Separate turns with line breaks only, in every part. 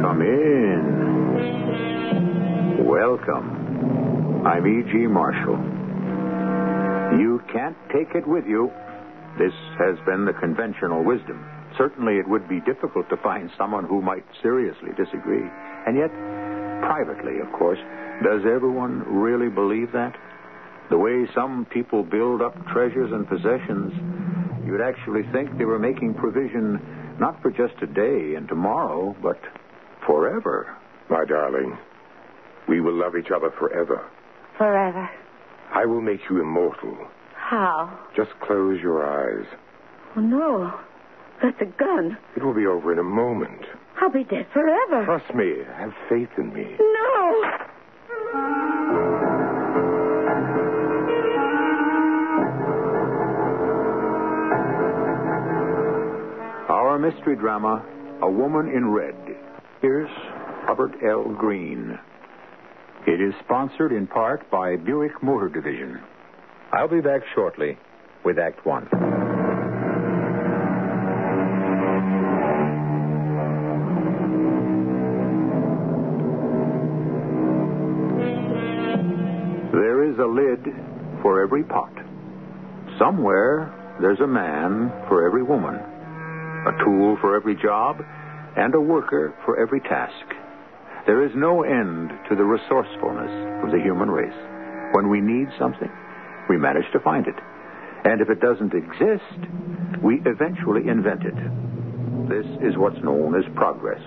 Come in. Welcome. I'm E.G. Marshall. You can't take it with you. This has been the conventional wisdom. Certainly, it would be difficult to find someone who might seriously disagree. And yet, privately, of course, does everyone really believe that? The way some people build up treasures and possessions, you'd actually think they were making provision not for just today and tomorrow, but forever.
My darling, we will love each other forever.
Forever.
I will make you immortal.
How?
Just close your eyes.
Oh, no. That's a gun.
It will be over in a moment.
I'll be dead forever.
Trust me. Have faith in me.
No!
Our mystery drama, A Woman in Red. Here's Hubbard L. Green. It is sponsored in part by Buick Motor Division. I'll be back shortly with Act One. There is a lid for every pot. Somewhere there's a man for every woman, a tool for every job, and a worker for every task. There is no end to the resourcefulness of the human race. When we need something, we manage to find it. And if it doesn't exist, we eventually invent it. This is what's known as progress.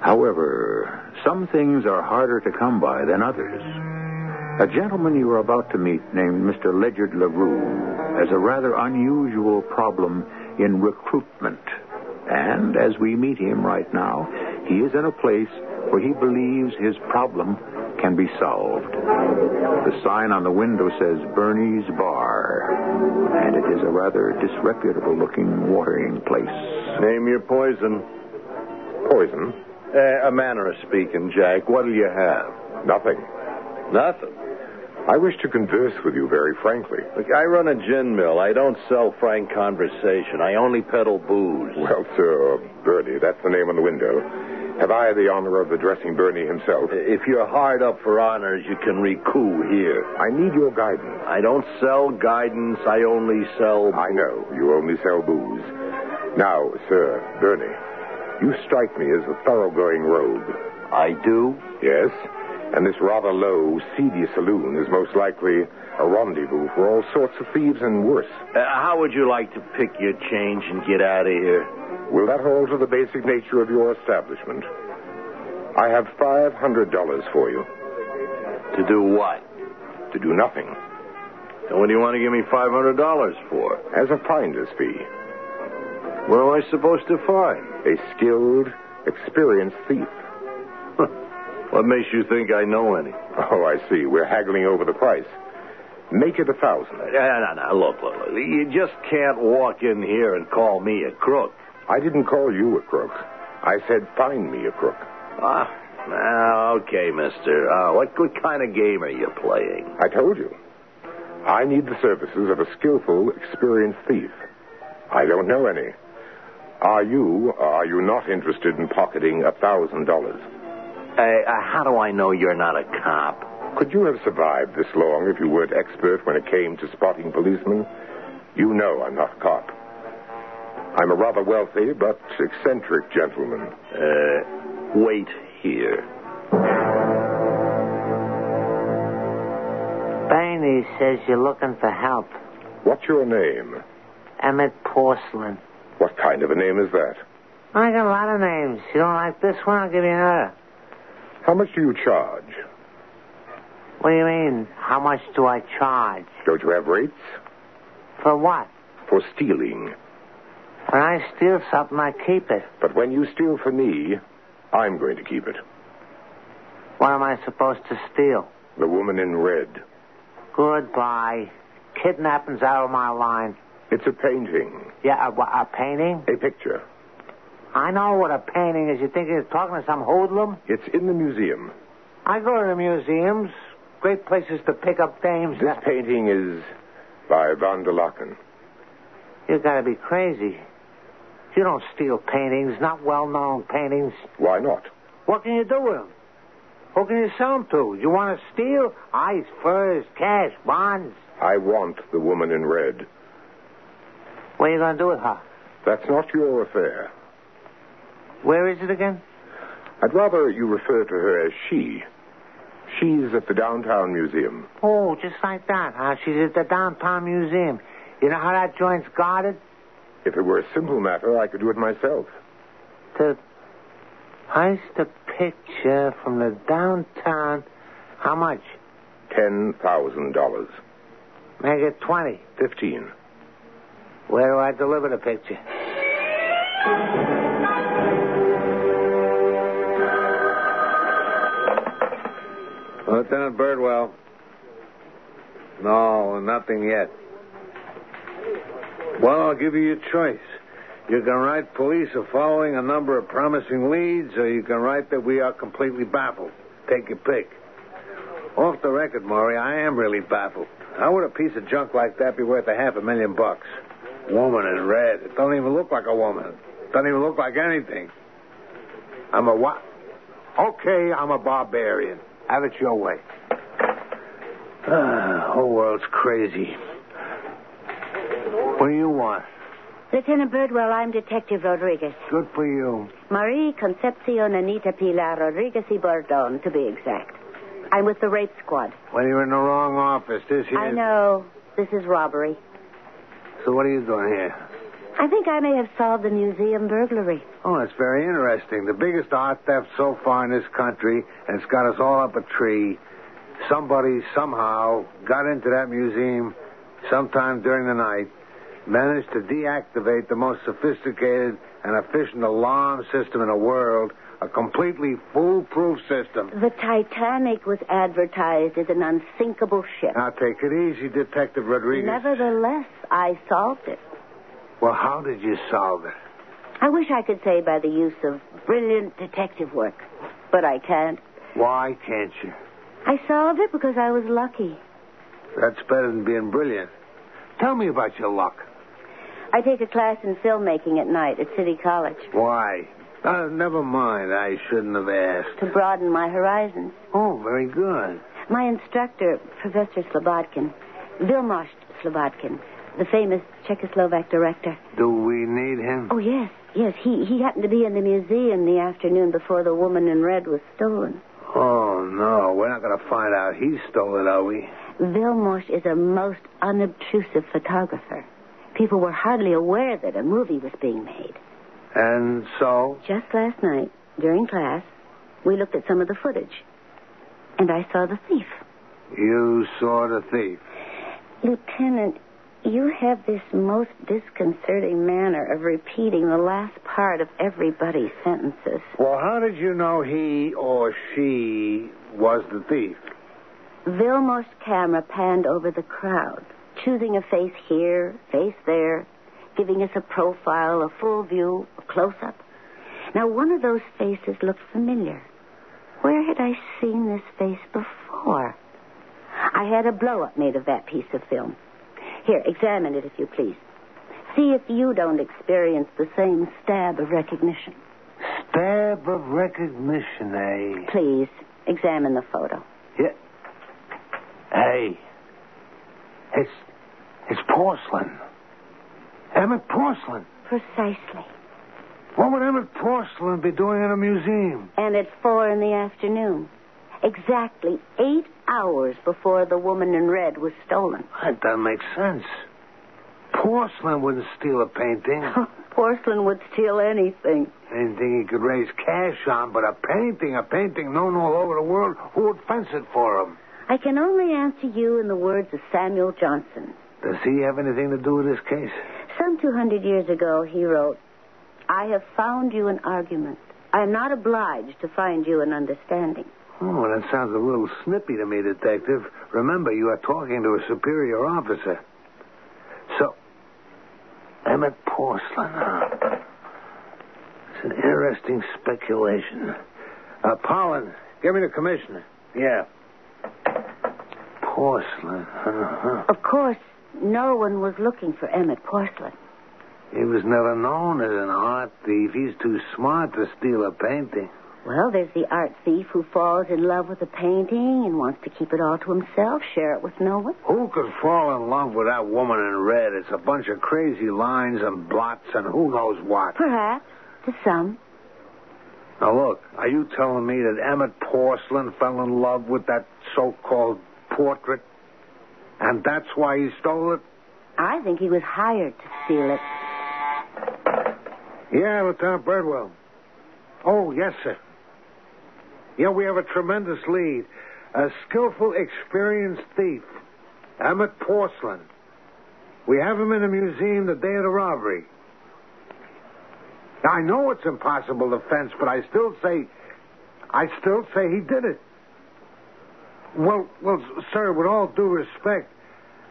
However, some things are harder to come by than others. A gentleman you are about to meet named Mr. Ledyard LaRue has a rather unusual problem in recruitment. And as we meet him right now, he is in a place where he believes his problem can
can be solved. The sign on the window says Bernie's Bar, and it is a rather disreputable looking watering place.
Name your poison. Poison? Uh, a manner of speaking, Jack. What'll you have? Nothing. Nothing? I wish to converse with you very frankly. Look, I run a gin mill. I don't sell frank conversation. I only peddle booze. Well, sir, Bernie, that's the name on the window. Have I the honor of addressing Bernie himself? If you're hard up for honors, you can recoup here. I need your guidance. I don't sell guidance. I only sell. I know. You only sell booze. Now, sir, Bernie, you strike me as a thoroughgoing rogue. I do? Yes. And this rather low, seedy saloon is most likely a rendezvous for all sorts of thieves and worse. Uh, how would you like to pick your change and get out of here? Will that alter the basic nature of your establishment? I have $500 for you. To do what? To do nothing. And what do you want to give me $500 for? As a finder's fee. What am I supposed to find? A skilled, experienced thief. what makes you think I know any? Oh, I see. We're haggling over the price. Make it a thousand. No, no, no. Look, look, look. You just can't walk in here and call me a crook. I didn't call you a crook. I said find me a crook. Ah, now, okay, mister. Uh, what, what kind of game are you playing? I told you. I need the services of a skillful, experienced thief. I don't know any. Are you, or are you not interested in pocketing a thousand dollars? Uh, How do I know you're not a cop? Could you have survived this long if you weren't expert when it came to spotting policemen? You know I'm not a cop. I'm a rather wealthy but eccentric gentleman. Uh, wait here.
Barney says you're looking for help.
What's your name?
Emmett Porcelain.
What kind of a name is that?
I got a lot of names. You don't like this one? I'll give you another.
How much do you charge?
What do you mean? How much do I charge?
Don't you have rates?
For what?
For stealing.
When I steal something, I keep it.
But when you steal for me, I'm going to keep it.
What am I supposed to steal?
The woman in red.
Goodbye. Kidnapping's out of my line.
It's a painting,
Yeah, a, a painting?
a picture.
I know what a painting is. You think you're talking to some hoodlum?
It's in the museum.
I go to the museums. Great places to pick up dames.
This painting is by Van der Laken.
You gotta be crazy. You don't steal paintings, not well-known paintings.
Why not?
What can you do with them? Who can you sell them to? You want to steal? Ice, furs, cash, bonds.
I want the woman in red.
What are you going to do with her?
That's not your affair.
Where is it again?
I'd rather you refer to her as she. She's at the downtown museum.
Oh, just like that, huh? She's at the downtown museum. You know how that joint's guarded?
If it were a simple matter, I could do it myself.
To heist a picture from the downtown. How much?
Ten thousand dollars.
Make it 20.
Fifteen.
Where do I deliver the picture?
Lieutenant Birdwell. No, nothing yet.
Well, I'll give you your choice. You can write police are following a number of promising leads, or you can write that we are completely baffled. Take your pick. Off the record, Maury, I am really baffled. How would a piece of junk like that be worth a half a million bucks? Woman in red. It don't even look like a woman. It doesn't even look like anything. I'm a what? Okay, I'm a barbarian. Have it your way. Ah, whole world's crazy. What do you want?
Lieutenant Birdwell, I'm Detective Rodriguez.
Good for you.
Marie Concepcion Anita Pilar Rodriguez y Bordon, to be exact. I'm with the rape squad.
Well, you're in the wrong office. This here.
I know this is robbery.
So what are you doing here?
I think I may have solved the museum burglary.
Oh, that's very interesting. The biggest art theft so far in this country, and it's got us all up a tree. Somebody somehow got into that museum sometime during the night, managed to deactivate the most sophisticated and efficient alarm system in the world A completely foolproof system.
The Titanic was advertised as an unsinkable ship.
Now, take it easy, Detective Rodriguez.
Nevertheless, I solved it.
Well, how did you solve it?
I wish I could say by the use of brilliant detective work, but I can't.
Why can't you?
I solved it because I was lucky.
That's better than being brilliant. Tell me about your luck.
I take a class in filmmaking at night at City College
Why? Uh, never mind. I shouldn't have asked.
to broaden my horizons.
Oh, very good.
My instructor, Professor Slobodkin, Vilmos Slobodkin, the famous Czechoslovak director.
Do we need him?
Oh, yes, yes. He, he happened to be in the museum the afternoon before the woman in red was stolen.
Oh, no. We're not going to find out he stole it, are we?
Vilmos is a most unobtrusive photographer. People were hardly aware that a movie was being made.
And so?
Just last night, during class, we looked at some of the footage, and I saw the thief.
You saw the thief.
Lieutenant, you have this most disconcerting manner of repeating the last part of everybody's sentences.
Well, how did you know he or she was the thief?
Vilmos' camera panned over the crowd, choosing a face here, face there, giving us a profile, a full view, a close up. Now, one of those faces looked familiar. Where had I seen this face before? I had a blow up made of that piece of film. Here, examine it if you please. See if you don't experience the same stab of recognition.
Stab of recognition, eh?
Please, examine the photo.
Yeah. Hey. It's it's porcelain. Emmett Porcelain.
Precisely.
What would Emmett Porcelain be doing in a museum?
and at four in the afternoon. Exactly eight hours before the woman in red was stolen.
That doesn't make sense. Porcelain wouldn't steal a painting.
Porcelain would steal anything.
Anything he could raise cash on, but a painting, a painting known all over the world, who would fence it for him?
I can only answer you in the words of Samuel Johnson.
Does he have anything to do with this case?
Some 200 years ago, he wrote, I have found you an argument. I am not obliged to find you an understanding.
Oh, that sounds a little snippy to me, Detective. Remember, you are talking to a superior officer. So, Emmett Porcelain, huh? It's an interesting speculation. Uh, Pollen, give me the commissioner. Yeah. Porcelain, uh-huh. huh?
Of course, no one was looking for Emmett Porcelain.
He was never known as an art thief. He's too smart to steal a painting.
Well, there's the art thief who falls in love with a painting and wants to keep it all to himself, share it with no one.
Who could fall in love with that woman in red? It's a bunch of crazy lines and blots and who knows what.
Perhaps, to some.
Now, look, are you telling me that Emmett Porcelain fell in love with that so called portrait? And that's why he stole it?
I think he was hired to steal it.
Yeah, Lieutenant Birdwell. Oh, yes, sir. Yeah, we have a tremendous lead. A skillful, experienced thief, Emmett Porcelain. We have him in the museum the day of the robbery. Now, I know it's impossible to fence, but I still say, I still say he did it. Well, well, s- sir, with all due respect,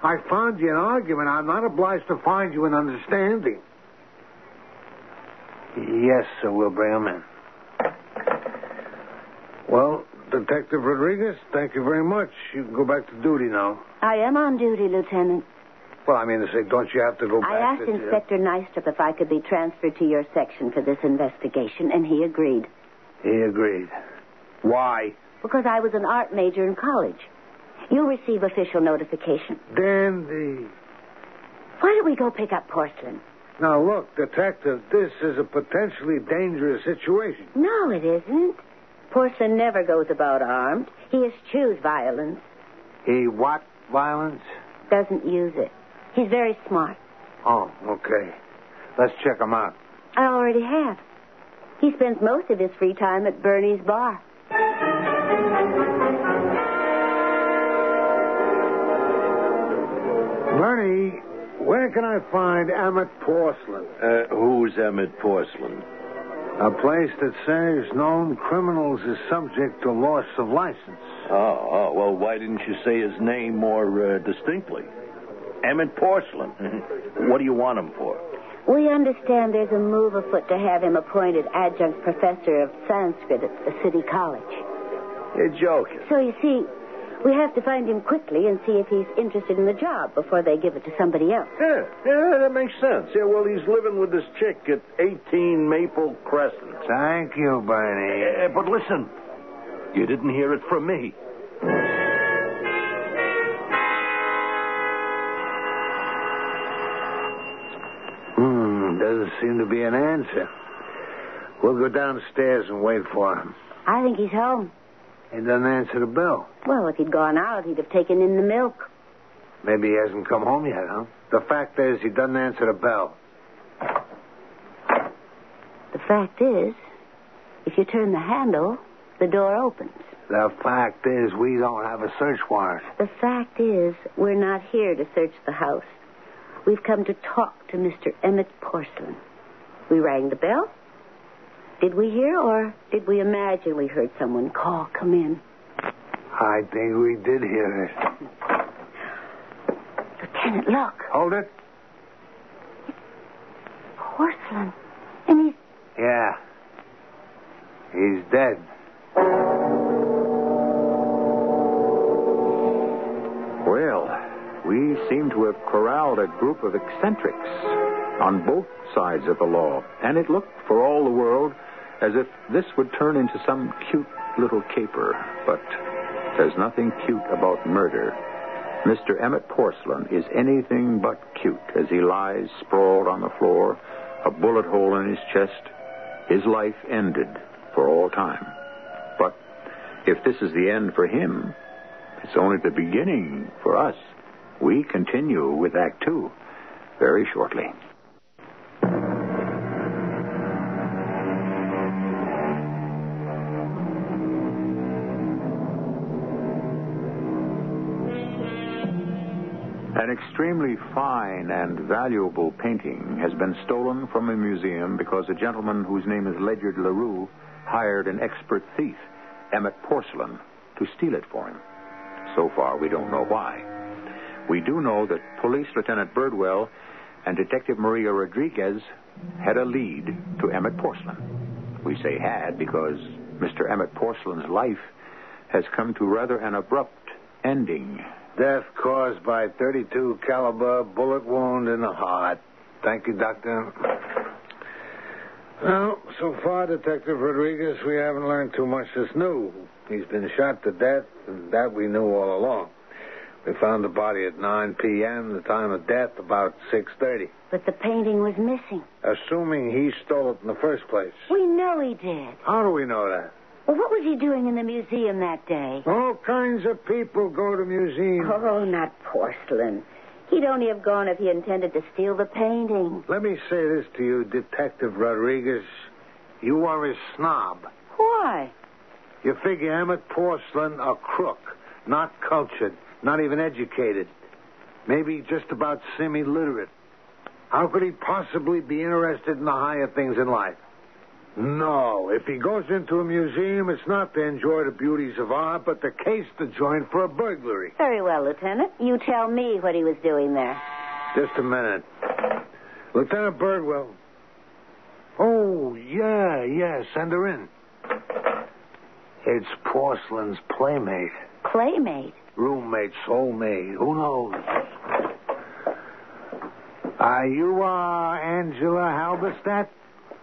I found you an argument. I'm not obliged to find you an understanding. Yes, sir. We'll bring him in. Well, Detective Rodriguez, thank you very much. You can go back to duty now.
I am on duty, Lieutenant.
Well, I mean to say, don't you have to go back?
I asked
to-
Inspector Nystrup if I could be transferred to your section for this investigation, and he agreed.
He agreed. Why?
Because I was an art major in college. You'll receive official notification.
Then the.
Why don't we go pick up porcelain?
Now look, Detective, this is a potentially dangerous situation.
No, it isn't. Porcelain never goes about armed. He eschews violence,
He what? Violence?
doesn't use it. He's very smart.
Oh, okay. Let's check him out.
I already have. He spends most of his free time at Bernie's bar.
Bernie, where can I find Emmett Porcelain?
Uh, who's Emmett Porcelain?
A place that says known criminals is subject to loss of license.
Oh, oh, well, why didn't you say his name more uh, distinctly? Emmett Porcelain. what do you want him for?
We understand there's a move afoot to have him appointed adjunct professor of Sanskrit at the city college.
You're joking.
So you see, we have to find him quickly and see if he's interested in the job before they give it to somebody else.
Yeah, yeah, that makes sense. Yeah, well, he's living with this chick at 18 Maple Crescent.
Thank you, Bernie.
Eh, but listen, you didn't hear it from me.
Hmm, doesn't seem to be an answer. We'll go downstairs and wait for him.
I think he's home.
He doesn't answer the bell.
Well, if he'd gone out, he'd have taken in the milk.
Maybe he hasn't come home yet, huh? The fact is, he doesn't answer the bell.
The fact is, if you turn the handle, the door opens.
The fact is, we don't have a search warrant.
The fact is, we're not here to search the house. We've come to talk to Mr. Emmett Porcelain. We rang the bell. Did we hear or did we imagine we heard someone call, come in?
I think we did hear it.
Lieutenant, look.
Hold it?
Porcelain. And he's.
Yeah. He's dead.
Well, we seem to have corralled a group of eccentrics on both sides of the law, and it looked for all the world as if this would turn into some cute little caper. But there's nothing cute about murder. Mr. Emmett Porcelain is anything but cute as he lies sprawled on the floor, a bullet hole in his chest. His life ended for all time. But if this is the end for him, it's only the beginning for us. We continue with Act Two very shortly. An extremely fine and valuable painting has been stolen from a museum because a gentleman whose name is Ledyard LaRue hired an expert thief, Emmett Porcelain, to steal it for him. So far, we don't know why. We do know that Police Lieutenant Birdwell and Detective Maria Rodriguez had a lead to Emmett Porcelain. We say had because Mr. Emmett Porcelain's life has come to rather an abrupt ending.
Death caused by 32 caliber bullet wound in the heart. Thank you, Doctor. Well, so far, Detective Rodriguez, we haven't learned too much that's new. He's been shot to death, and that we knew all along. We found the body at 9 p.m., the time of death about 6.30.
But the painting was missing.
Assuming he stole it in the first place.
We know he did.
How do we know that?
Well, what was he doing in the museum that day?
All kinds of people go to museums.
Oh, not porcelain. He'd only have gone if he intended to steal the painting.
Let me say this to you, Detective Rodriguez. You are a snob.
Why?
You figure Emmett Porcelain a crook, not cultured, not even educated, maybe just about semi-literate. How could he possibly be interested in the higher things in life? No, if he goes into a museum, it's not to enjoy the beauties of art, but to case the joint for a burglary.
Very well, Lieutenant. You tell me what he was doing there.
Just a minute. Lieutenant Birdwell. Oh, yeah, yeah, send her in. It's Porcelain's playmate,
Playmate.
roommate, soulmate, who knows? Are you, uh, Angela Halberstadt?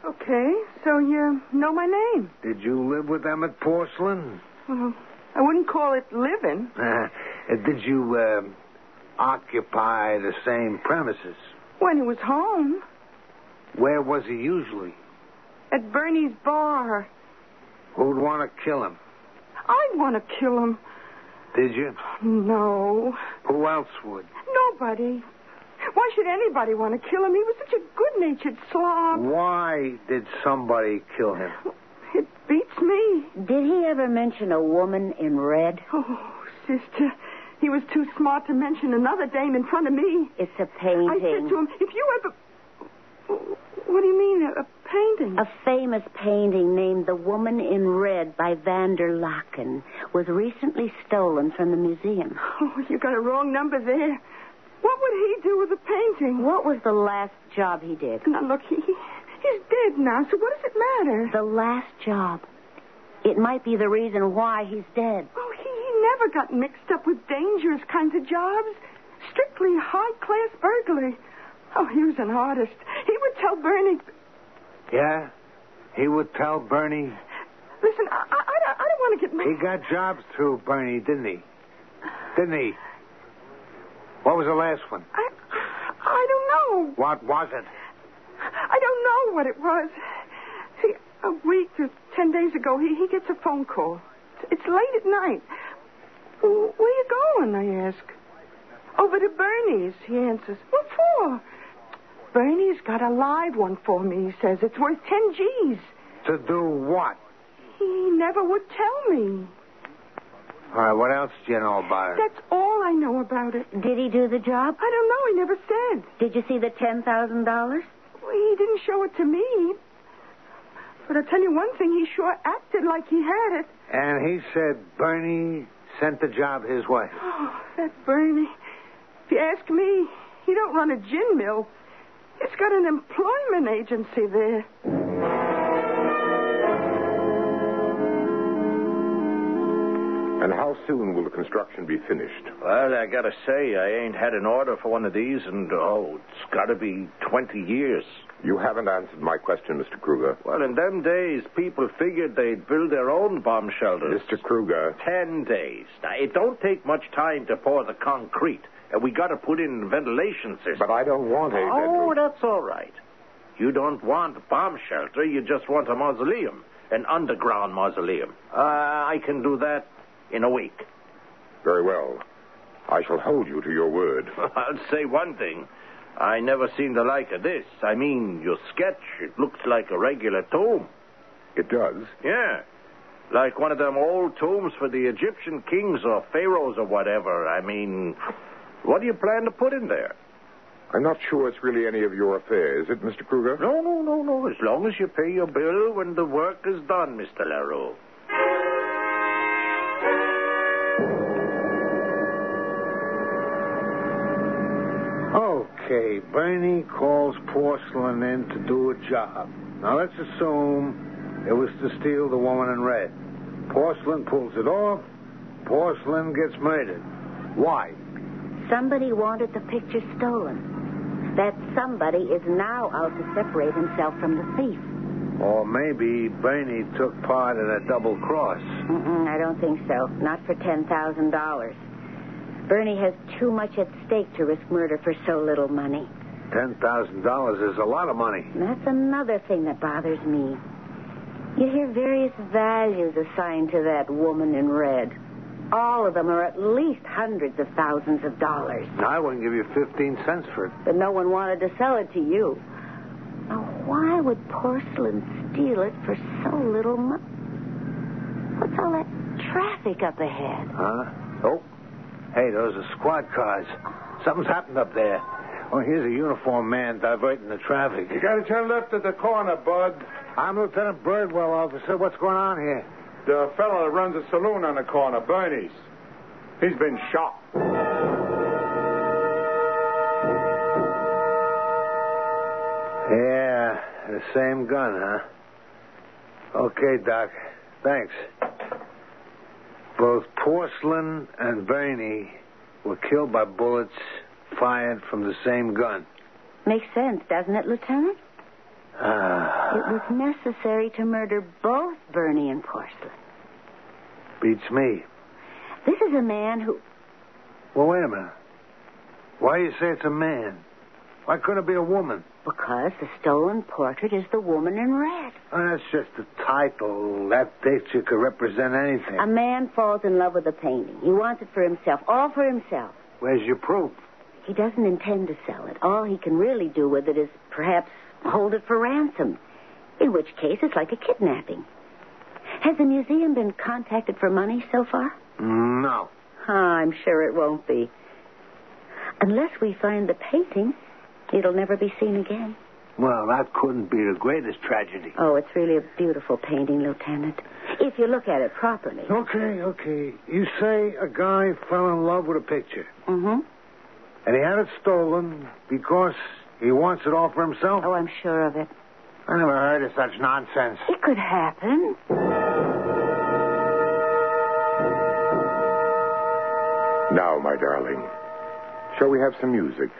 Okay, so you know my name.
Did you live with Emmett Porcelain?
Well, I wouldn't call it living.
Uh, did you, uh, occupy the same premises?
When he was home,
Where was he usually?
at Bernie's bar,
Who'd want to kill him?
I'd want to kill him.
Did you?
No,
Who else would?
nobody. Why should anybody want to kill him? He was such a good-natured slob.
Why did somebody kill him?
It beats me.
Did he ever mention a woman in red?
Oh, sister, he was too smart to mention another dame in front of me.
It's a
I said
painting.
to him, if you ever...
What do you mean, a, a painting?
A famous painting named The Woman in Red by van der Laken was recently stolen from the museum.
Oh, you got a wrong number there. What would he do with a painting?
What was the last job he did?
Now, look, he, he- he's dead now, so what does it matter?
The last job. It might be the reason why he's dead.
Oh, he, he never got mixed up with dangerous kinds of jobs. Strictly high class burglary. Oh, he was an artist. He would tell Bernie.
Yeah? He would tell Bernie.
Listen, I, I, I don't- I don't want to get
He
mixed.
got jobs through Bernie, didn't he? Didn't he? What was the last one?
I, I don't know.
What was it?
I don't know what it was. See, a week or ten days ago, he, he gets a phone call. It's late at night. "W- Where you going? I ask. Over to Bernie's, he answers. What for? Bernie's got a live one for me, he says. It's worth ten G's.
To do what?
He never would tell me.
All right, what else do you know about it?
That's all I know about it.
Did he do the job?
I don't know. He never said.
Did you see the $10,000?
Well, he didn't show it to me. But I'll tell you one thing, he sure acted like he had it.
And he said Bernie sent the job his way.
Oh, that Bernie. If you ask me, he don't run a gin mill. He's got an employment agency there.
And how soon will the construction be finished?
Well, I gotta say, I ain't had an order for one of these, and oh, it's gotta be 20 years.
You haven't answered my question, Mr. Kruger.
Well, in them days, people figured they'd build their own bomb shelters.
Mr. Kruger,
Ten days. Now, it don't take much time to pour the concrete, and we gotta put in ventilation systems.
but I don't want a
Oh,
bedroom.
that's all right. You don't want a bomb shelter. You just want a mausoleum, an underground mausoleum. Uh, I can do that in a week.
Very well. I shall hold you to your word.
I'll say one thing. I never seen the like of this. I mean, your sketch, it looks like a regular tomb.
It does.
Yeah. Like one of them old tombs for the Egyptian kings or pharaohs or whatever. I mean, what do you plan to put in there?
I'm not sure it's really any of your affair, is it, Mr. Kruger?
No, no, no, no. As long as you pay your bill when the work is done, Mr. LaRue.
Okay, Bernie calls Porcelain in to do a job. Now let's assume it was to steal the woman in red. Porcelain pulls it off. Porcelain gets murdered. Why?
Somebody wanted the picture stolen. That somebody is now out to separate himself from the thief.
Or maybe Bernie took part in a double cross.
Mm-mm, I don't think so. Not for $10,000. Bernie has too much at stake to risk murder for so little money.
Ten thousand dollars is a lot of money.
And that's another thing that bothers me. You hear various values assigned to that woman in red. All of them are at least hundreds of thousands of dollars.
I wouldn't give you fifteen cents for it.
But no one wanted to sell it to you. Now, why would porcelain steal it for so little money? What's all that traffic up ahead?
Huh? Oh. Hey, those are squad cars. Something's happened up there. Oh, here's a uniformed man diverting the traffic. You gotta turn left at the corner, Bud. I'm Lieutenant Birdwell, officer. What's going on here?
The fellow that runs a saloon on the corner, Bernie's. He's been shot.
Yeah, the same gun, huh? Okay, Doc. Thanks. Both Porcelain and Bernie were killed by bullets fired from the same gun.
Makes sense, doesn't it, Lieutenant?
Ah.
It was necessary to murder both Bernie and Porcelain.
Beats me.
This is a man who.
Well, wait a minute. Why do you say it's a man? Why couldn't it be a woman?
Because the stolen portrait is the woman in red.
Oh, that's just a title. That picture could represent anything.
A man falls in love with a painting. He wants it for himself, all for himself.
Where's your proof?
He doesn't intend to sell it. All he can really do with it is perhaps hold it for ransom, in which case it's like a kidnapping. Has the museum been contacted for money so far?
No.
Ah, I'm sure it won't be. Unless we find the painting, it'll never be seen again.
Well, that couldn't be the greatest tragedy.
Oh, it's really a beautiful painting, Lieutenant. If you look at it properly.
Okay, okay. You say a guy fell in love with a picture.
Mm-hmm.
And he had it stolen because he wants it all for himself? Oh,
I'm sure of it.
I never heard of such nonsense.
It could happen.
Now, my darling, shall we have some music?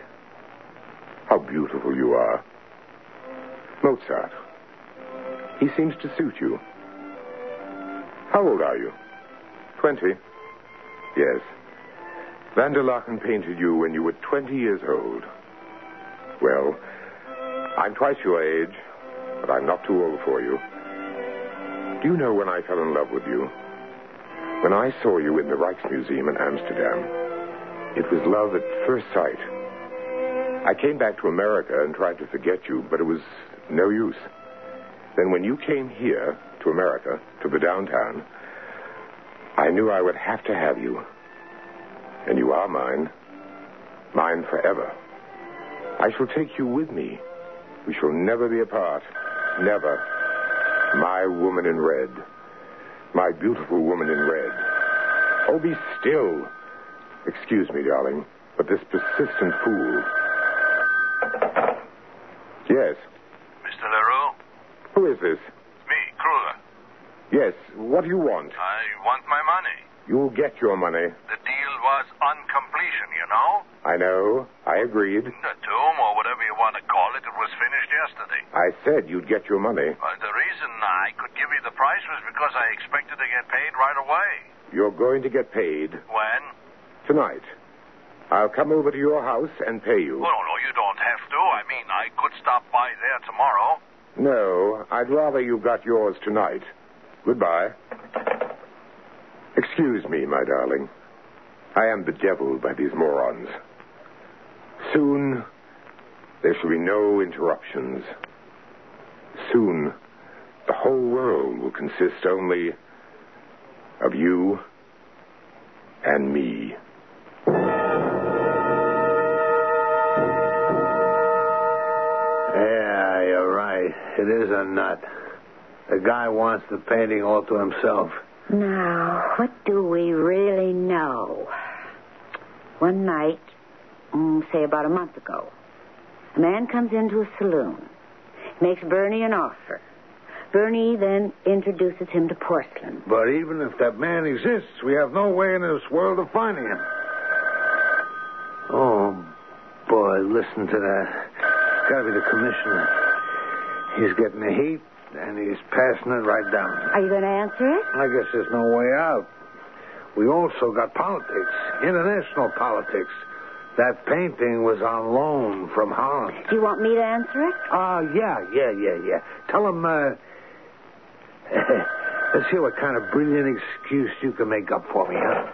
How beautiful you are. Mozart. He seems to suit you. How old are you? Twenty. Yes. Van der Laken painted you when you were 20 years old. Well, I'm twice your age, but I'm not too old for you. Do you know when I fell in love with you? When I saw you in the Rijksmuseum in Amsterdam, it was love at first sight. I came back to America and tried to forget you, but it was no use. Then when you came here to America, to the downtown, I knew I would have to have you. And you are mine. Mine forever. I shall take you with me. We shall never be apart. Never. My woman in red. My beautiful woman in red. Oh, be still. Excuse me, darling, but this persistent fool. Yes.
Mr. LaRue,
Who is this?
it's me, Kruger.
Yes. What do you want?
I want my money.
You'll get your money.
The deal was on completion, you know?
I know. I agreed.
The tomb, or whatever you want to call it, it was finished yesterday.
I said you'd get your money.
But the reason I could give you the price was because I expected to get paid right away.
You're going to get paid
When?
tonight. I'll come over to your house and pay you.
Oh, no, no, you don't have to. I mean, I could stop by there tomorrow.
No, I'd rather you got yours tonight. Goodbye. Excuse me, my darling. I am bedeviled by these morons. Soon, there shall be no interruptions. Soon, the whole world will consist only of you and me.
Yeah, you're right. It is a nut. The guy wants the painting all to himself.
Now, what do we really know? One night, mm, say about a month ago, a man comes into a saloon, makes Bernie an offer. Bernie then introduces him to porcelain.
But even if that man exists, we have no way in this world of finding him. Oh, boy, listen to that. It's gotta be the commissioner. He's getting the heat, and he's passing it right down.
Are you going to answer it?
I guess there's no way out. We also got politics, international politics. That painting was on loan from Holland.
Do you want me to answer it?
Ah, yeah, yeah, yeah, yeah. Tell him, uh... Let's hear what kind of brilliant excuse you can make up for me, huh?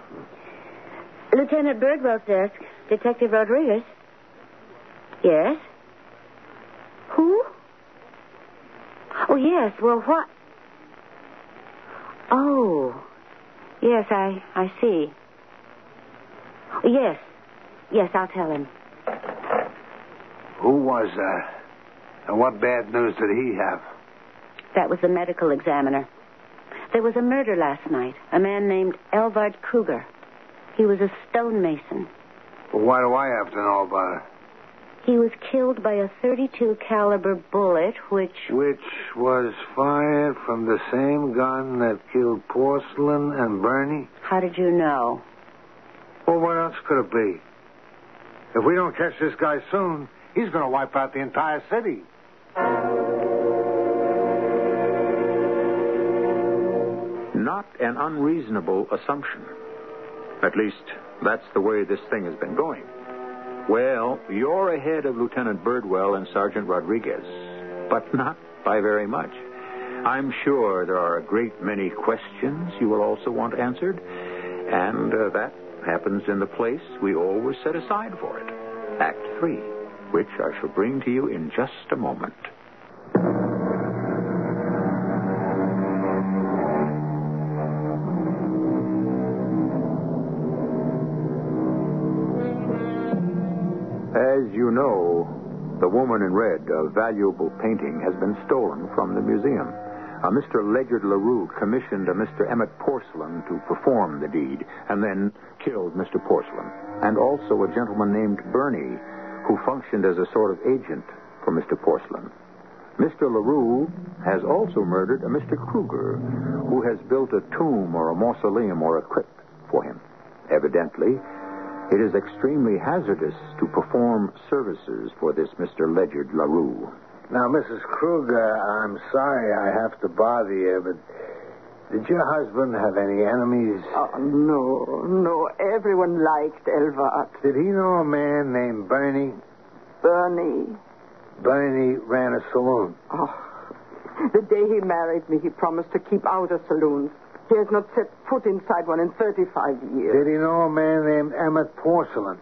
Lieutenant Birdwell's desk, Detective Rodriguez. Yes? Who? Oh, yes. Well, what? Oh. Yes, I, I see. Yes. Yes, I'll tell him.
Who was that? And what bad news did he have?
That was the medical examiner. There was a murder last night. A man named Elvard Kruger. He was a stonemason.
Well, why do I have to know about it?
He was killed by a 32 caliber bullet, which
Which was fired from the same gun that killed Porcelain and Bernie?
How did you know?
Well, what else could it be? If we don't catch this guy soon, he's going to wipe out the entire city.
Not an unreasonable assumption. At least, that's the way this thing has been going. Well, you're ahead of Lieutenant Birdwell and Sergeant Rodriguez, but not by very much. I'm sure there are a great many questions you will also want answered, and uh, that happens in the place we always set aside for it Act 3, which I shall bring to you in just a moment. As you know, The Woman in Red, a valuable painting, has been stolen from the museum. A Mr. Ledyard LaRue commissioned a Mr. Emmett Porcelain to perform the deed and then killed Mr. Porcelain. And also a gentleman named Bernie, who functioned as a sort of agent for Mr. Porcelain. Mr. LaRue has also murdered a Mr. Kruger, who has built a tomb or a mausoleum or a crypt for him. Evidently, it is extremely hazardous to perform services for this Mr. Ledyard LaRue.
Now, Mrs. Kruger, I'm sorry I have to bother you, but did your husband have any enemies?
Oh, no, no. Everyone liked Elvart.
Did he know a man named Bernie?
Bernie.
Bernie ran a saloon.
Oh, The day he married me, he promised to keep out of saloons. He has not set foot inside one in 35 years.
Did he know a man named Emmett Porcelain?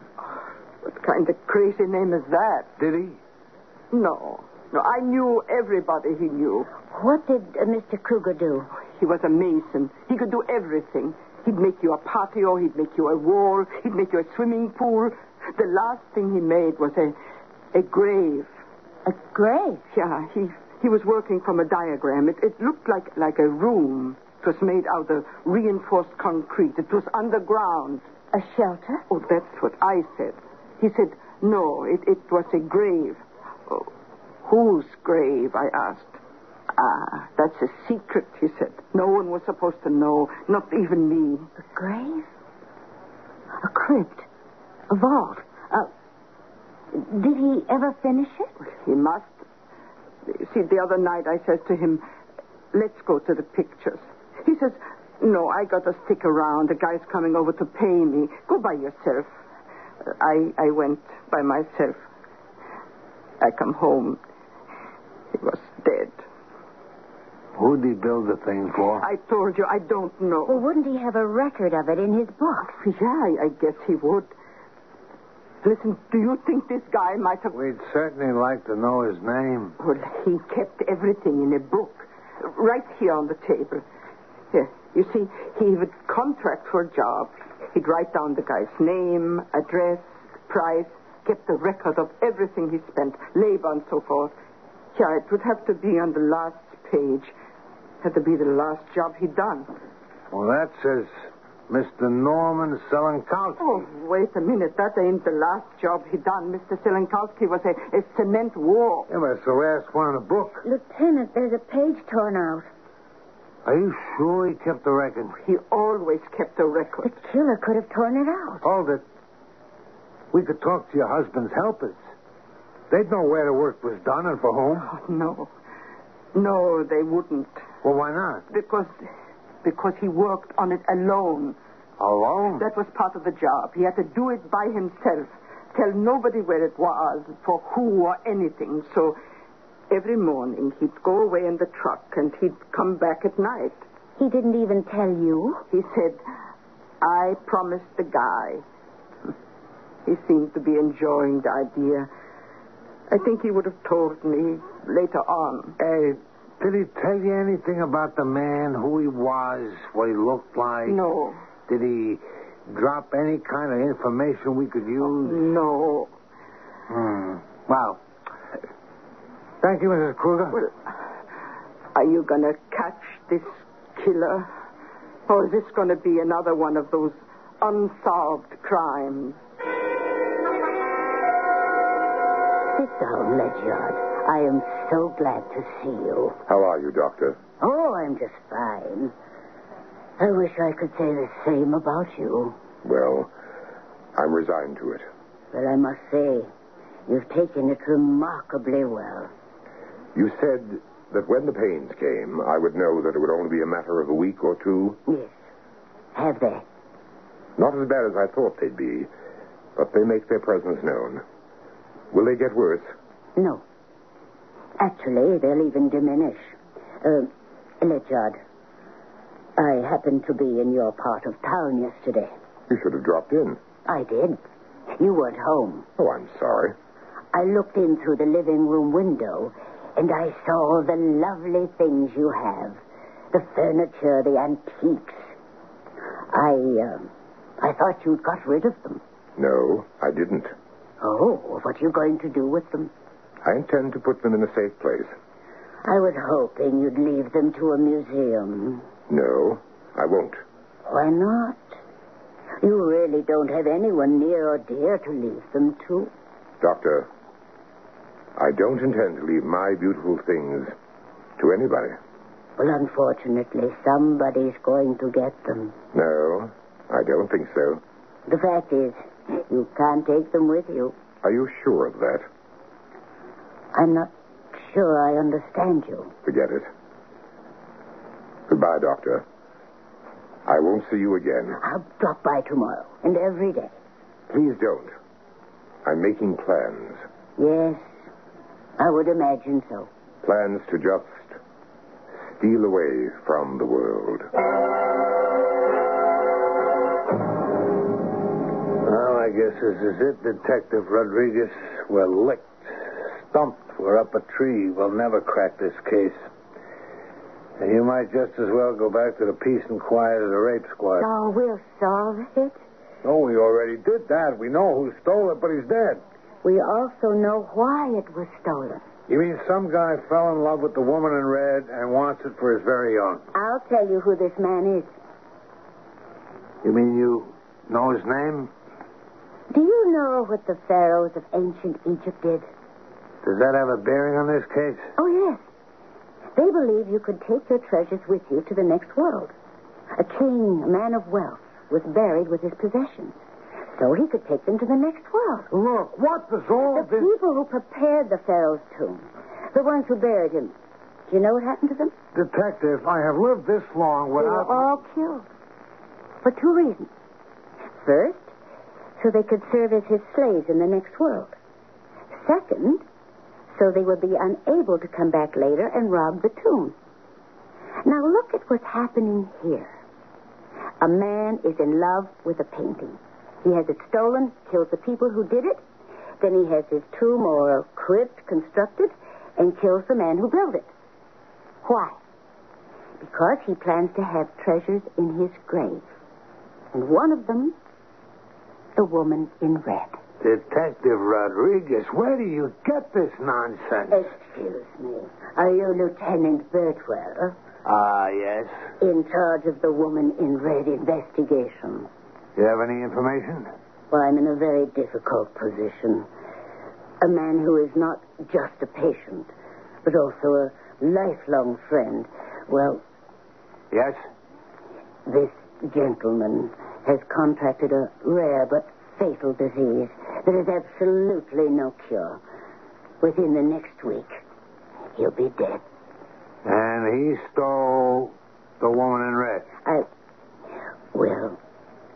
What kind of crazy name is that?
Did he?
No. No, I knew everybody he knew.
What did uh, Mr. Kruger do?
He was a mason. He could do everything. He'd make you a patio, he'd make you a wall, he'd make you a swimming pool. The last thing he made was a, a grave.
A grave?
Yeah, he, he was working from a diagram. It, it looked like, like a room. It was made out of reinforced concrete. It was underground.
A shelter?
Oh, that's what I said. He said, no, it, it was a grave. Oh, whose grave? I asked. Ah, that's a secret, he said. No one was supposed to know, not even me.
A grave? A crypt? A vault? Uh, did he ever finish it?
He must. See, the other night I says to him, let's go to the pictures. He says, no, I got to stick around. The guy's coming over to pay me. Go by yourself. I, I went by myself. I come home. He was dead.
Who'd he build the thing for?
I told you, I don't know.
Well, wouldn't he have a record of it in his book?
Yeah, I, I guess he would. Listen, do you think this guy might have...
We'd certainly like to know his name.
Well, he kept everything in a book, right here on the table. Here, you see, he would contract for a job. He'd write down the guy's name, address, price, kept a record of everything he spent, labor and so forth. Yeah, it would have to be on the last page. Had to be the last job he'd done.
Well, that says Mr. Norman Selenkowski.
Oh, wait a minute. That ain't the last job he done. Mr. Selenkowski was a, a cement wall.
Yeah, but it's the last one in the book.
Lieutenant, there's a page torn out.
Are you sure he kept the record?
He always kept a record.
The killer could have torn it out.
Hold it. We could talk to your husband's helpers. They'd know where the work was done and for whom.
Oh, No. No, they wouldn't.
Well, why not?
Because because he worked on it alone.
Alone?
That was part of the job. He had to do it by himself, tell nobody where it was, for who or anything. So every morning he'd go away in the truck and he'd come back at night.
He didn't even tell you.
He said, I promised the guy. He seemed to be enjoying the idea. I think he would have told me later on.
Hey, did he tell you anything about the man, who he was, what he looked like?
No.
Did he drop any kind of information we could use?
No.
Hmm. Wow. Thank you, Mrs. Kruger.
Well, are you going to catch this killer? Or is this going to be another one of those unsolved crimes?
Sit down, Ledyard. I am so glad to see you.
How are you, Doctor?
Oh, I'm just fine. I wish I could say the same about you.
Well, I'm resigned to it.
But I must say, you've taken it remarkably well.
You said that when the pains came, I would know that it would only be a matter of a week or two.
Yes. Have they?
Not as bad as I thought they'd be, but they make their presence known. Will they get worse?
No. Actually, they'll even diminish. Uh, Ledyard, I happened to be in your part of town yesterday.
You should have dropped in.
I did. You weren't home.
Oh, I'm sorry.
I looked in through the living room window, and I saw the lovely things you have the furniture, the antiques. I, uh, I thought you'd got rid of them.
No, I didn't.
Oh, what are you going to do with them?
I intend to put them in a safe place.
I was hoping you'd leave them to a museum.
No, I won't.
Why not? You really don't have anyone near or dear to leave them to.
Doctor, I don't intend to leave my beautiful things to anybody.
Well, unfortunately, somebody's going to get them.
No, I don't think so.
The fact is, you can't take them with you.
Are you sure of that?
I'm not sure I understand you.
Forget it. Goodbye, Doctor. I won't see you again.
I'll drop by tomorrow and every day.
Please don't. I'm making plans.
Yes, I would imagine so.
Plans to just steal away from the world.
Well, I guess this is it, Detective Rodriguez. We're licked, stumped. We're up a tree. We'll never crack this case. And you might just as well go back to the peace and quiet of the rape squad.
Oh, we'll solve it.
No, we already did that. We know who stole it, but he's dead.
We also know why it was stolen.
You mean some guy fell in love with the woman in red and wants it for his very own?
I'll tell you who this man is.
You mean you know his name?
Do you know what the pharaohs of ancient Egypt did?
Does that have a bearing on this case?
Oh, yes. They believe you could take your treasures with you to the next world. A king, a man of wealth, was buried with his possessions. So he could take them to the next world.
Look, what does all
The people who prepared the pharaoh's tomb, the ones who buried him, do you Oh, know what happened to them?
Detective, I have lived this long
They were
without.
all killed. For two reasons. First, so they could serve as his slaves in the next world. Second, so they would be unable to come back later and rob the tomb. Now look at what's happening here. A man is in love with a painting. He has it stolen, kills the people who did it. Then he has his tomb or crypt constructed and kills the man who built it. Why? Because he plans to have treasures in his grave. And one of them, the woman in red.
Detective Rodriguez, where do you get this nonsense?
Excuse me. Are you Lieutenant Birdwell?
Ah, yes.
In charge of the woman in red investigation.
You have any information?
Well, I'm in a very difficult position. A man who is not just a patient, but also a lifelong friend. Well,
Yes?
This gentleman has contracted a rare but fatal disease that is absolutely no cure. Within the next week, he'll be dead.
And he stole the woman in red.
I. Well,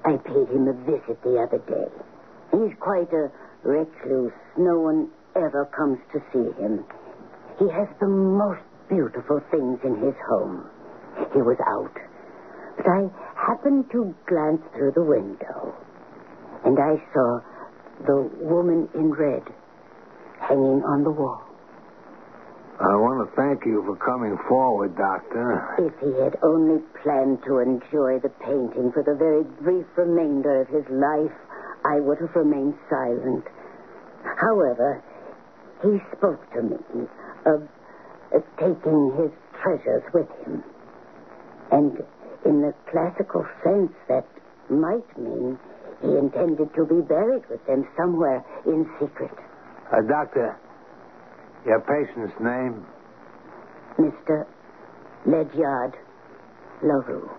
I paid him a visit the other day. He's quite a recluse. No one ever comes to see him. He has the most beautiful things in his home. He was out. But I happened to glance through the window, and I saw the woman in red hanging on the wall.
I want to thank you for coming forward, Doctor.
If he had only planned to enjoy the painting for the very brief remainder of his life, I would have remained silent. However, he spoke to me of uh, taking his treasures with him. And in the classical sense, that might mean he intended to be buried with them somewhere in secret.
Uh, doctor, your patient's name?
Mr. Ledyard Larue.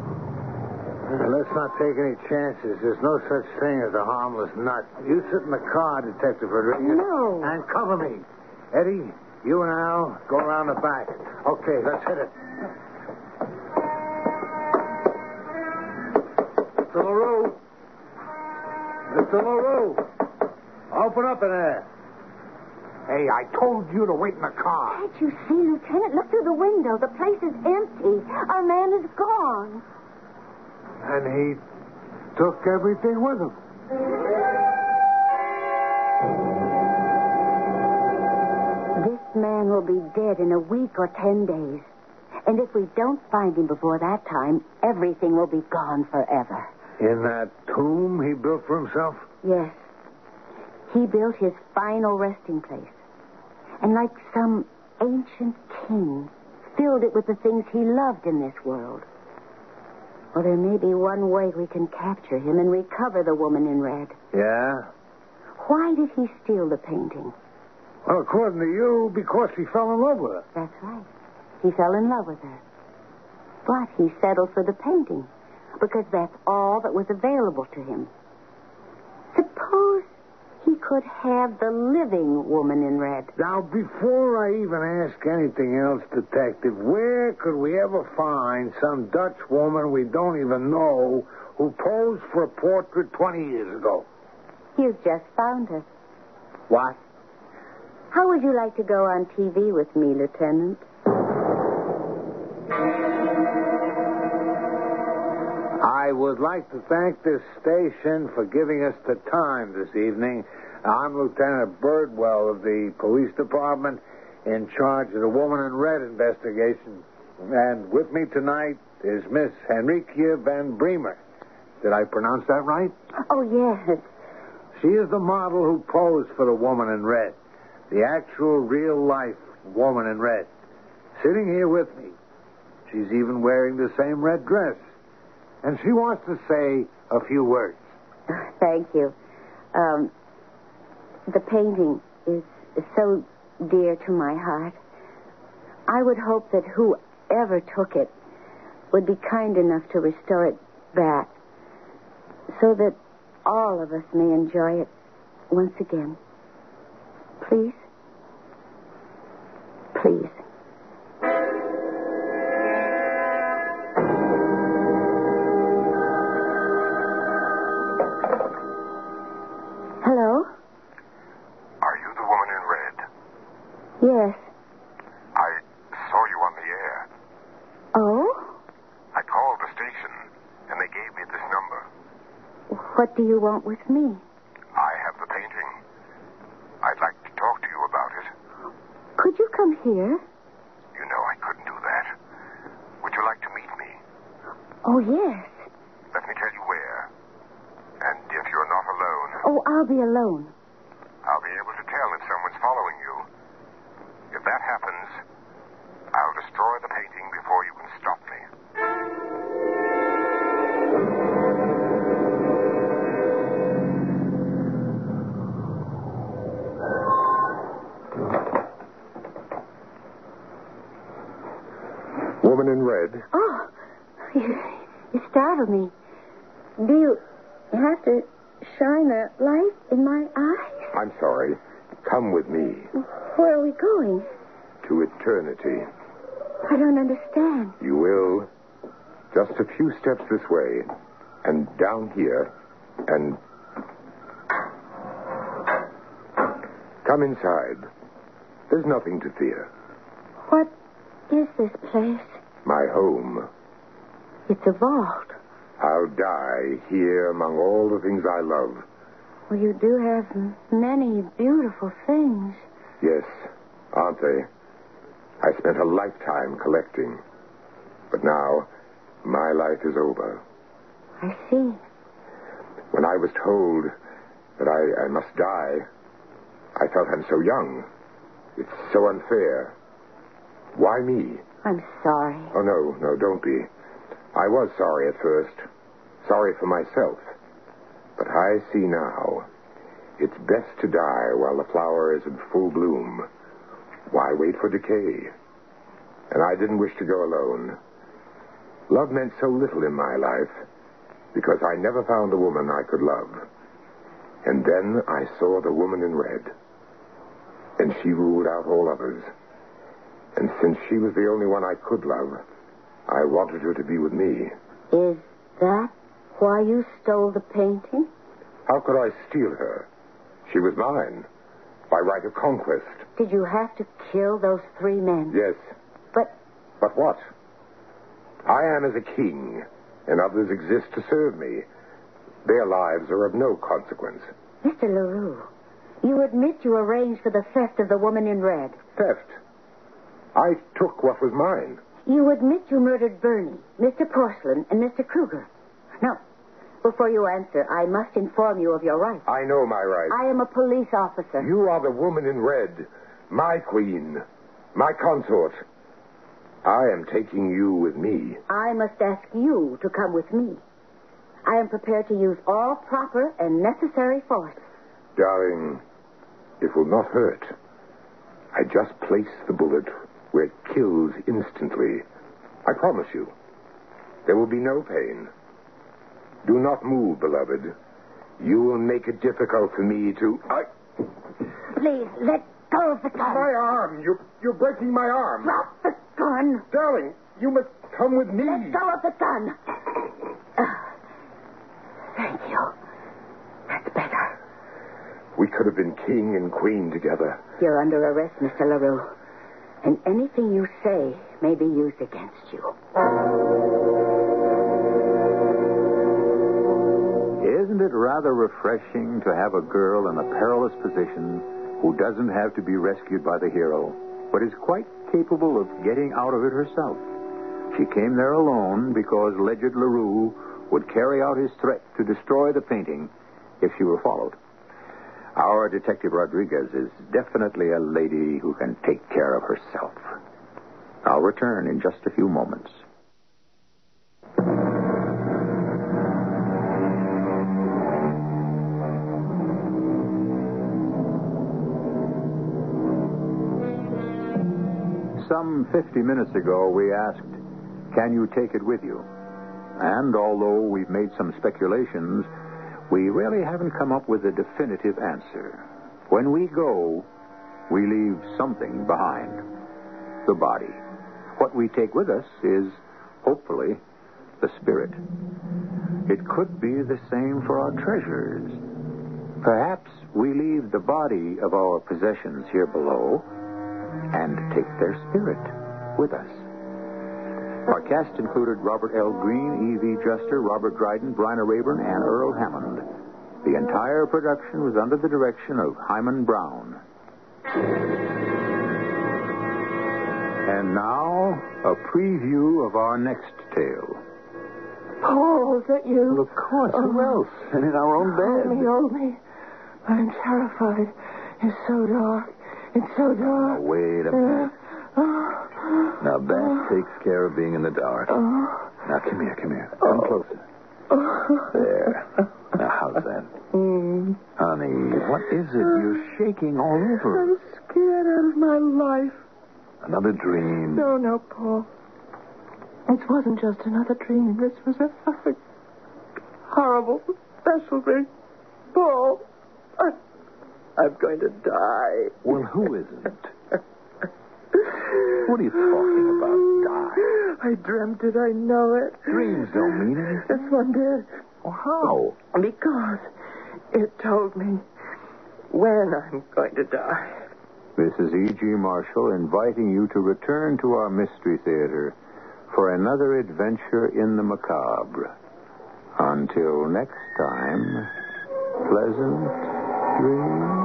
Uh, Let's not take any chances. There's no such thing as a harmless nut. You sit in the car, Detective Rodriguez.
No.
And cover me. Eddie, you and Al go around the back. Okay, let's hit it. Mr. LaRue. Mr. LaRue. Open up in there. Hey, I told you to wait in the car.
Can't you see, Lieutenant? Look through the window. The place is empty. Our man is gone.
And he took everything with him.
This man will be dead in a week or ten days. And if we don't find him before that time, everything will be gone forever.
In that tomb he built for himself?
Yes. He built his final resting place. And like some ancient king, filled it with the things he loved in this world. Well, there may be one way we can capture him and recover the woman in red.
Yeah?
Why did he steal the painting?
Well, according to you, because he fell in love with her.
That's right. He fell in love with her. But he settled for the painting because that's all that was available to him. Suppose he could have the living woman in red.
Now, before I even ask anything else, Detective, where could we ever find some Dutch woman we don't even know who posed for a portrait 20 years ago?
You've just found her.
What?
How would you like to go on TV with me, Lieutenant?
I would like to thank this station for giving us the time this evening. I'm Lieutenant Birdwell of the Police Department in charge of the Woman in Red investigation. And with me tonight is Miss Henrikia Van Bremer. Did I pronounce that right?
Oh, yes.
She is the model who posed for the Woman in Red, the actual real life Woman in Red. Sitting here with me. She's even wearing the same red dress and she wants to say a few words.
Thank you. Um, the painting is so dear to my heart. I would hope that whoever took it would be kind enough to restore it back so that all of us may enjoy it once again. Please? Please. Hello?
Are you the woman in red?
Yes.
I saw you on the air.
Oh?
I called the station, and they gave me this number.
What do you want with me?
I have the painting. I'd like to talk to you about it.
Could you come here?
You know I couldn't do that. Would you like to meet me?
Oh, yes.
Let me tell you where. And if you're not alone,
Oh, I'll be alone.
I'll be able to tell if someone's following you. If that happens, I'll destroy the painting before you can stop me.
Woman in red.
Oh, you, you startled me. Do you have to shine a light in my eye?
I'm sorry. Come with me
Where are we going?
to eternity.
I don't understand.
You will. Just a few steps this way, and down here, and. Come inside. There's nothing to fear.
What is this place?
My home.
It's a vault.
I'll die here among all the things I love.
Well, you do have m- many beautiful things.
Yes, aren't they? I spent a lifetime collecting. But now, my life is over.
I see.
When I was told that I, I must die, I felt I'm so young. It's so unfair. Why me?
I'm sorry.
Oh, no, no, don't be. I was sorry at first. Sorry for myself. But I see now. It's best to die while the flower is in full bloom. Why wait for decay? And I didn't wish to go alone. Love meant so little in my life because I never found a woman I could love. And then I saw the woman in red. And she ruled out all others. And since she was the only one I could love, I wanted her to be with me.
Is that why you stole the painting?
How could I steal her? She was mine. By right of conquest.
Did you have to kill those three men?
Yes.
But
But what? I am as a king, and others exist to serve me. Their lives are of no consequence.
Mr. LaRue, you admit you arranged for the theft of the woman in red.
Theft. I took what was mine.
You admit you murdered Bernie, Mr. Porcelain, and Mr. Kruger. No. Before you answer, I must inform you of your rights.
I know my rights.
I am a police officer.
You are the woman in red, my queen, my consort. I am taking you with me.
I must ask you to come with me. I am prepared to use all proper and necessary force.
Darling, it will not hurt. I just place the bullet where it kills instantly. I promise you. There will be no pain. Do not move, beloved. You will make it difficult for me to. I...
Please, let go of the gun.
My arm! You're, you're breaking my arm!
Drop the gun.
Darling, you must come with me.
Let go of the gun. Ah. thank you. That's better.
We could have been king and queen together.
You're under arrest, Mr. LaRue. And anything you say may be used against you.
Isn't it rather refreshing to have a girl in a perilous position who doesn't have to be rescued by the hero, but is quite capable of getting out of it herself? She came there alone because Ledyard LaRue would carry out his threat to destroy the painting if she were followed. Our Detective Rodriguez is definitely a lady who can take care of herself. I'll return in just a few moments. Some 50 minutes ago, we asked, Can you take it with you? And although we've made some speculations, we really haven't come up with a definitive answer. When we go, we leave something behind the body. What we take with us is, hopefully, the spirit. It could be the same for our treasures. Perhaps we leave the body of our possessions here below and take their spirit with us. Our cast included Robert L. Green, E.V. Juster, Robert Dryden, Bryna Rayburn, and Earl Hammond. The entire production was under the direction of Hyman Brown. And now, a preview of our next tale.
Oh, is that you?
Well, of course.
Oh,
Who else? And in our own bed.
Hold me, hold me. I'm terrified. It's so dark. It's so dark. Uh,
Wait a minute. Now, that takes care of being in the
Uh.
dark. Now, come here, come here. Come closer. There. Now, how's that?
Mm.
Honey, what is it? You're shaking all over.
I'm scared out of my life.
Another dream.
No, no, Paul. This wasn't just another dream. This was a perfect, horrible, special dream. Paul, I, I'm going to die.
Well, who isn't? What are you talking about, die?
I dreamt it. I know it.
Dreams don't mean anything.
This one did.
how?
Because it told me when I'm going to die.
This is E.G. E Marshall inviting you to return to our Mystery Theater for another adventure in the macabre. Until next time, pleasant dreams.